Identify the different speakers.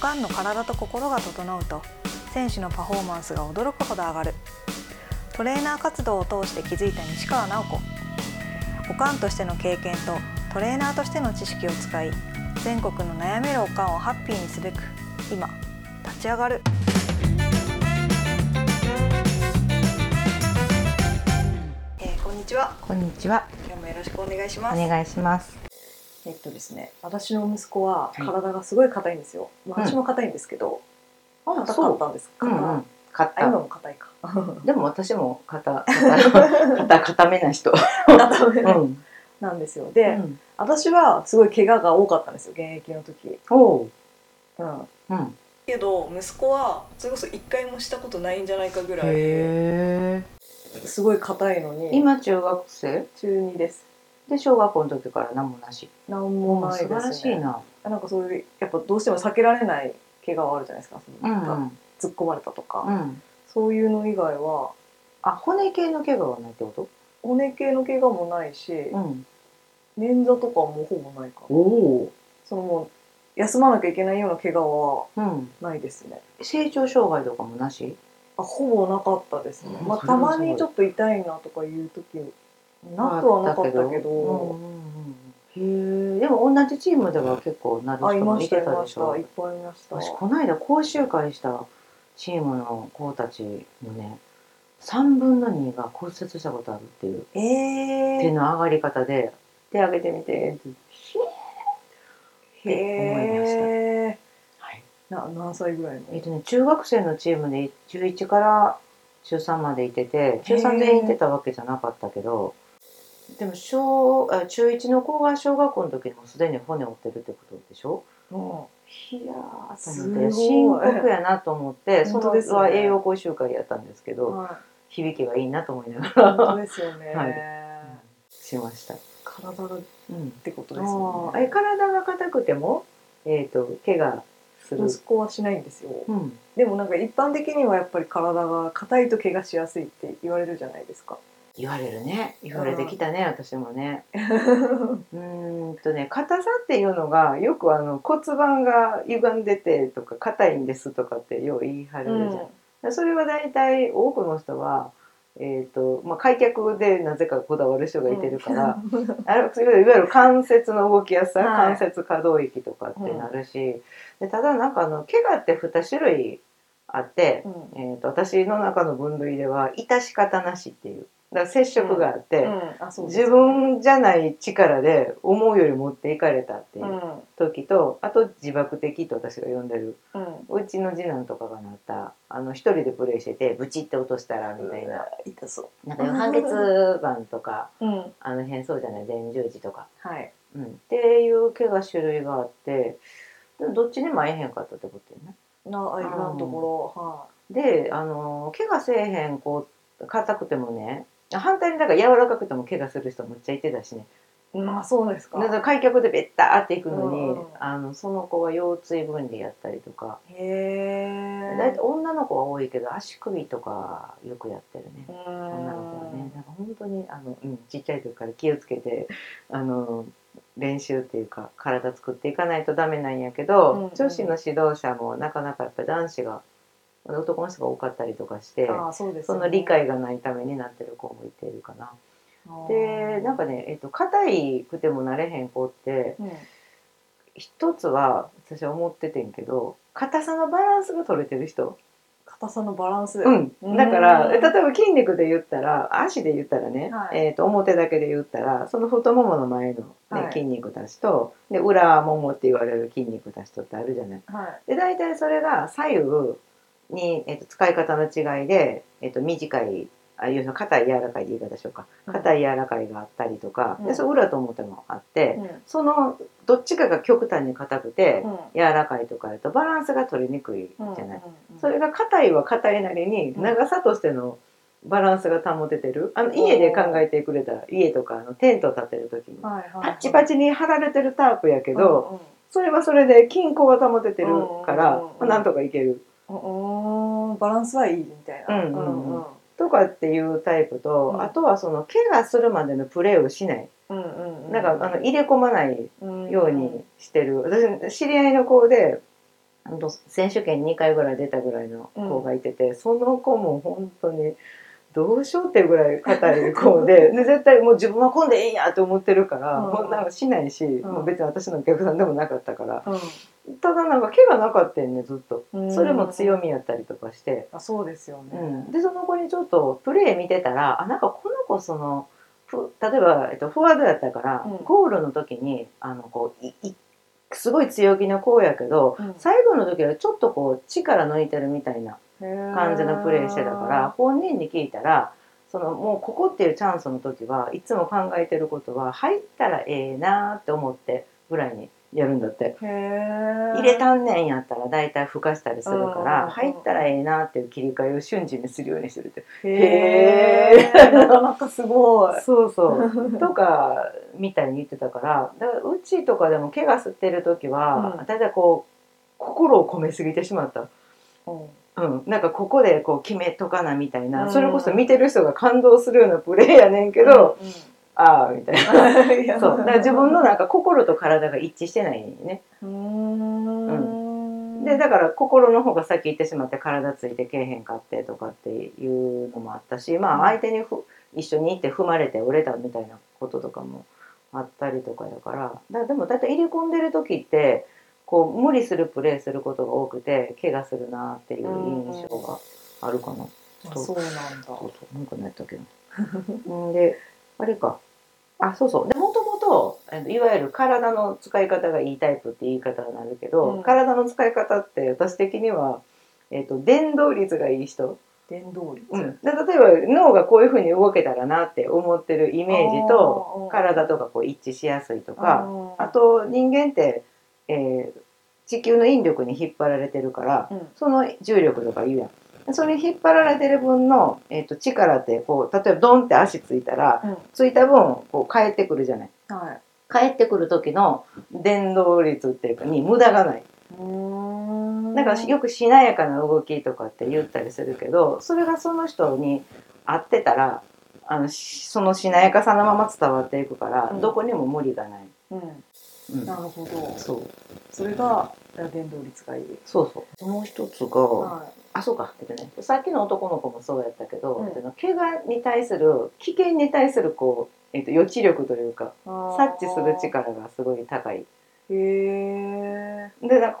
Speaker 1: 間の体と心が整うと選手のパフォーマンスが驚くほど上がるトレーナー活動を通して気づいた西川直子おかんとしての経験とトレーナーとしての知識を使い全国の悩めるおかんをハッピーにすべく今立ち上がるえーこんにちは
Speaker 2: こんにちは。
Speaker 1: 今日もよろしくお願いし
Speaker 2: お
Speaker 1: ます
Speaker 2: 願いします。
Speaker 1: えっとですね私の息子は
Speaker 2: はい
Speaker 1: 体がすごい硬いんですよ、まあ
Speaker 2: うん
Speaker 1: 私も硬いんですけど
Speaker 2: あ
Speaker 1: 硬かっ。たんですか
Speaker 2: う
Speaker 1: ら、
Speaker 2: んうん。買っ
Speaker 1: あ今
Speaker 2: た。
Speaker 1: も硬いか
Speaker 2: でも私も肩肩肩固めな人。
Speaker 1: 硬め
Speaker 2: うん。
Speaker 1: なんですよで、
Speaker 2: うん。
Speaker 1: 私はすごい怪我が多かったんですよ現役の時、
Speaker 2: おう。
Speaker 1: うん、
Speaker 2: うん。
Speaker 1: けど息子はそれこそ一回もしたことないんじゃないかぐらい
Speaker 2: へえ。
Speaker 1: すごい硬いのに
Speaker 2: 今中学生
Speaker 1: 中二です
Speaker 2: で小学校の時から何もなし。
Speaker 1: なんもないで
Speaker 2: 素
Speaker 1: す、
Speaker 2: 晴
Speaker 1: ね、
Speaker 2: らしいな。
Speaker 1: なんかそういうやっぱどうしても避けられない怪我はあるじゃないですかその
Speaker 2: う
Speaker 1: なんん
Speaker 2: う
Speaker 1: か
Speaker 2: ん。
Speaker 1: 突っ込まれたとか、
Speaker 2: うん。
Speaker 1: そういうの以外は
Speaker 2: あ骨系の怪我はないってこと？
Speaker 1: 骨系の怪我もないし、
Speaker 2: うん。
Speaker 1: 捻挫とかはもうほぼないか
Speaker 2: お
Speaker 1: ら
Speaker 2: お。
Speaker 1: そのもう休まなきゃいけないような怪我は
Speaker 2: うん。
Speaker 1: ないですね
Speaker 2: 成長障害とかもなし？
Speaker 1: あほぼなかったですね、
Speaker 2: うん
Speaker 1: まあ、
Speaker 2: それは
Speaker 1: た
Speaker 2: すごい
Speaker 1: まにちょっと痛いなとかいう時なくはなかったけど
Speaker 2: あっうんうんうんへえ。でも同じチームでは結構なる
Speaker 1: あい
Speaker 2: 人も
Speaker 1: ま
Speaker 2: い
Speaker 1: した
Speaker 2: て
Speaker 1: い
Speaker 2: た
Speaker 1: ま
Speaker 2: で
Speaker 1: し
Speaker 2: しょ
Speaker 1: たいっ。ぱいいました
Speaker 2: 私この間講習会したチームの子たちのね3分の2が骨折したことあるっていう
Speaker 1: え
Speaker 2: 手
Speaker 1: え
Speaker 2: の上がり方で手上げてみてって
Speaker 1: ー、
Speaker 2: 思いました
Speaker 1: へえ
Speaker 2: はい
Speaker 1: な何歳ぐらいの
Speaker 2: えっとね中学生のチームで11から中3までいてて中3全員いてたわけじゃなかったけどでも小あ中1の子が小学校の時にもうすでに骨折ってるってことでしょ
Speaker 1: うん
Speaker 2: いやー
Speaker 1: す
Speaker 2: す
Speaker 1: ごい
Speaker 2: 深刻やなと思ってそ
Speaker 1: 本当
Speaker 2: の
Speaker 1: ですね
Speaker 2: は栄養講習会やったんですけど
Speaker 1: は
Speaker 2: 響きがいいなと思いなが
Speaker 1: い、
Speaker 2: ら
Speaker 1: 本当ですよね、
Speaker 2: はいしました。
Speaker 1: 体がっ
Speaker 2: うん。
Speaker 1: てことです
Speaker 2: あ
Speaker 1: よ
Speaker 2: あ、え
Speaker 1: ね
Speaker 2: 体が硬くてもえっ、と怪我する。
Speaker 1: 息子はしないんですよ、
Speaker 2: うん。
Speaker 1: でもなんか一般的にはやっぱり体が硬いと怪我しやすいって言われるじゃない ですか
Speaker 2: 言われるね。言われてきたね、私もね。うーんとね、硬さっていうのがよくあの骨盤が歪んでてとか硬いんですとかってよう言い張
Speaker 1: う
Speaker 2: るじゃん
Speaker 1: ん。
Speaker 2: それは大体多くの人は。えーとまあ、開脚でなぜかこだわる人がいてるから、あれそれいわゆる関節の動きやすさ、
Speaker 1: はい
Speaker 2: 関節可動域とかってなるし、でただなんかあの怪我って2種類あって
Speaker 1: う、ん
Speaker 2: えー、と私の中の分類では致し方なしっていうだから接触があって、
Speaker 1: うんあそうです
Speaker 2: 自分じゃない力で思うより持っていかれたっていううん時と、あと自爆的と私が呼んでる
Speaker 1: うん
Speaker 2: うちの次男とかがなったあの一人でプレイしててブチって落としたらみたいな、
Speaker 1: 痛そ
Speaker 2: なんか半月板とか
Speaker 1: ううん
Speaker 2: あの辺そうじゃない前十字とか、
Speaker 1: はい
Speaker 2: うん、っていう怪我種類があってでもどっちにも合えへんかったってことよね。
Speaker 1: なあ今のところは
Speaker 2: であの怪我せえへんこう硬くてもね反対になんか柔らかくても怪我する人むっちゃいてたしね
Speaker 1: いまあそうですか
Speaker 2: だから開脚でベッターっていくのに、
Speaker 1: うんうん
Speaker 2: あのその子は腰椎分離やったりとか
Speaker 1: へえ
Speaker 2: 大体、女の子は多いけど足首とかよくやってるね
Speaker 1: う。
Speaker 2: 女の子はね
Speaker 1: ん
Speaker 2: なんか本当にあの、うん、ちっちゃい時から気をつけてあの練習っていうか体作っていかないとダメなんやけど、
Speaker 1: うんうん
Speaker 2: 女子の指導者もなかなかやっぱ男子が男の人が多かったりとかして。
Speaker 1: あそうです
Speaker 2: そ
Speaker 1: よね
Speaker 2: の理解がないためになってる子もいてるかな。でなんかねえっと硬いくてもなれへん子って
Speaker 1: うん
Speaker 2: 一つは私は思っててんけど硬さのバランスが取れてる人、
Speaker 1: 硬さのバランス
Speaker 2: うん
Speaker 1: うん
Speaker 2: だから例えば筋肉で言ったら足で言ったらね、
Speaker 1: はい
Speaker 2: えっと表だけで言ったらその太ももの前の、ね
Speaker 1: はい
Speaker 2: 筋肉たちとで裏ももって言われる筋肉たちとってあるじゃない。
Speaker 1: はい
Speaker 2: で大体それが左右に、えっと使い方の違いで、えっと短いあいうの硬い柔らかいで言い方でしょうか硬い柔らかいがあったりとか、
Speaker 1: うん
Speaker 2: でそれ裏と表もあって、
Speaker 1: うん
Speaker 2: そのどっちかが極端に硬くて、
Speaker 1: うん
Speaker 2: 柔らかいとかだとバランスが取りにくいじゃない、
Speaker 1: うん
Speaker 2: それが硬いは硬いなりに
Speaker 1: うん
Speaker 2: 長さとしてのバランスが保ててるあの家で考えてくれたら家とかあのテント建てる時に
Speaker 1: はいはいはい
Speaker 2: パッチパチに張られてるタープやけ
Speaker 1: け
Speaker 2: ど、それはそれで均衡が保ててるか
Speaker 1: うん
Speaker 2: ら
Speaker 1: うんうん、
Speaker 2: まあなんとかいける
Speaker 1: うんうんバランスはいいみたいな
Speaker 2: うんうんうん
Speaker 1: うん
Speaker 2: とかっていうタイプと、
Speaker 1: うん
Speaker 2: あとはその怪我するまでのプレーをしない、
Speaker 1: うんうん
Speaker 2: なんかあの入れ込まない
Speaker 1: の
Speaker 2: ようにしてる、私知り合いの子であの選手権2回ぐらい出たぐらいの子がいてて、その子も本当にどうしようっていうぐらい硬い子でで絶対もう自分は混んでいいやと思ってるから、
Speaker 1: うん
Speaker 2: こんなのしないし、
Speaker 1: ん
Speaker 2: もう別に私のお客さんでもなかったから
Speaker 1: うん
Speaker 2: ただなんか毛がなかったよねずっと
Speaker 1: うん
Speaker 2: それも強みやったりとかして、
Speaker 1: あそうですよね、
Speaker 2: うんでその子にちょっとプレー見てたらあなんかこの子そのふ例えば、えっと、フォワードやったから、
Speaker 1: うん
Speaker 2: ゴールの時にあのこういいすごい強気な子やけど、
Speaker 1: うん
Speaker 2: 最後の時はちょっとこう力抜いてるみたいな感じのプレーしてたから本人に聞いたらそのもうここっていうチャンスの時はいつも考えてることは入ったらええなって思ってぐらいにやるんだって。
Speaker 1: へえ
Speaker 2: 入れたんねんやったら大体ふかしたりするか
Speaker 1: うん
Speaker 2: ら入ったらええなっていう切り替えを瞬時にするようにしてるって
Speaker 1: へえ
Speaker 2: へー
Speaker 1: なかなかすごい
Speaker 2: そう そう。とかみたいに言ってたからだからうちとかでも怪我してる時は、
Speaker 1: うん
Speaker 2: 大体こう心を込めすぎてしまった。うん、なんかここでこう決めとかなみたいな、
Speaker 1: うん
Speaker 2: それこそ見てる人が感動するようなプレーやねんけ
Speaker 1: け
Speaker 2: ど、、ああみたいな。
Speaker 1: いや
Speaker 2: そうだから自分のなんか心と体が一致してないね。
Speaker 1: うーん
Speaker 2: でだから心の方が先行ってしまって体ついてけえへんかってとかっていうのもあったし、まあ相手にふ一緒に行って踏まれて折れたみたいなこととかもあったりとかだから、だからでもだいたい入れ込んでる時ってこう無理するプレーすることが多くて怪我するなっていう印象があるかな。
Speaker 1: あそうなんだ
Speaker 2: そうそう、なんかなったけ ど。んで、あれか。あ、そうそう。で、もともと、あのいわゆる体の使い方がいいタイプって言い方になるけど、
Speaker 1: うん
Speaker 2: 体の使い方って私的には、えっ、と、伝導率がいい人。
Speaker 1: 電動率、
Speaker 2: うん。で、例えば脳がこういうふうに動けたらなって思ってるイメージ
Speaker 1: と
Speaker 2: と、体とかこう一致しやすいとか、あと人間って、えー地球の引力に引っ張られてるから、その重力とか言うやん。それに引っ張られてる分の、えっと力ってこう例えばドンって足ついたらついた分こう返ってくるじゃない。
Speaker 1: はい
Speaker 2: 返ってくる時の伝導率っていうかに無駄がない。
Speaker 1: うーん
Speaker 2: なんかよくしなやかな動きとかって言ったりするけどそれがその人に合ってたらあのしそのしなやかさのまま伝わっていくから、
Speaker 1: うん
Speaker 2: どこにも無理がない。
Speaker 1: うん
Speaker 2: うん
Speaker 1: なるほど
Speaker 2: そう
Speaker 1: それが電動率がいい
Speaker 2: そうそうもう一つが、
Speaker 1: は
Speaker 2: あそうかえっとねさっきの男の子もそうやったけど、
Speaker 1: うん
Speaker 2: えっとね怪我に対する危険に対するこう、えっと、予知力というか
Speaker 1: いあー
Speaker 2: 察知する力がすごい高い。
Speaker 1: へえ
Speaker 2: でなんかこの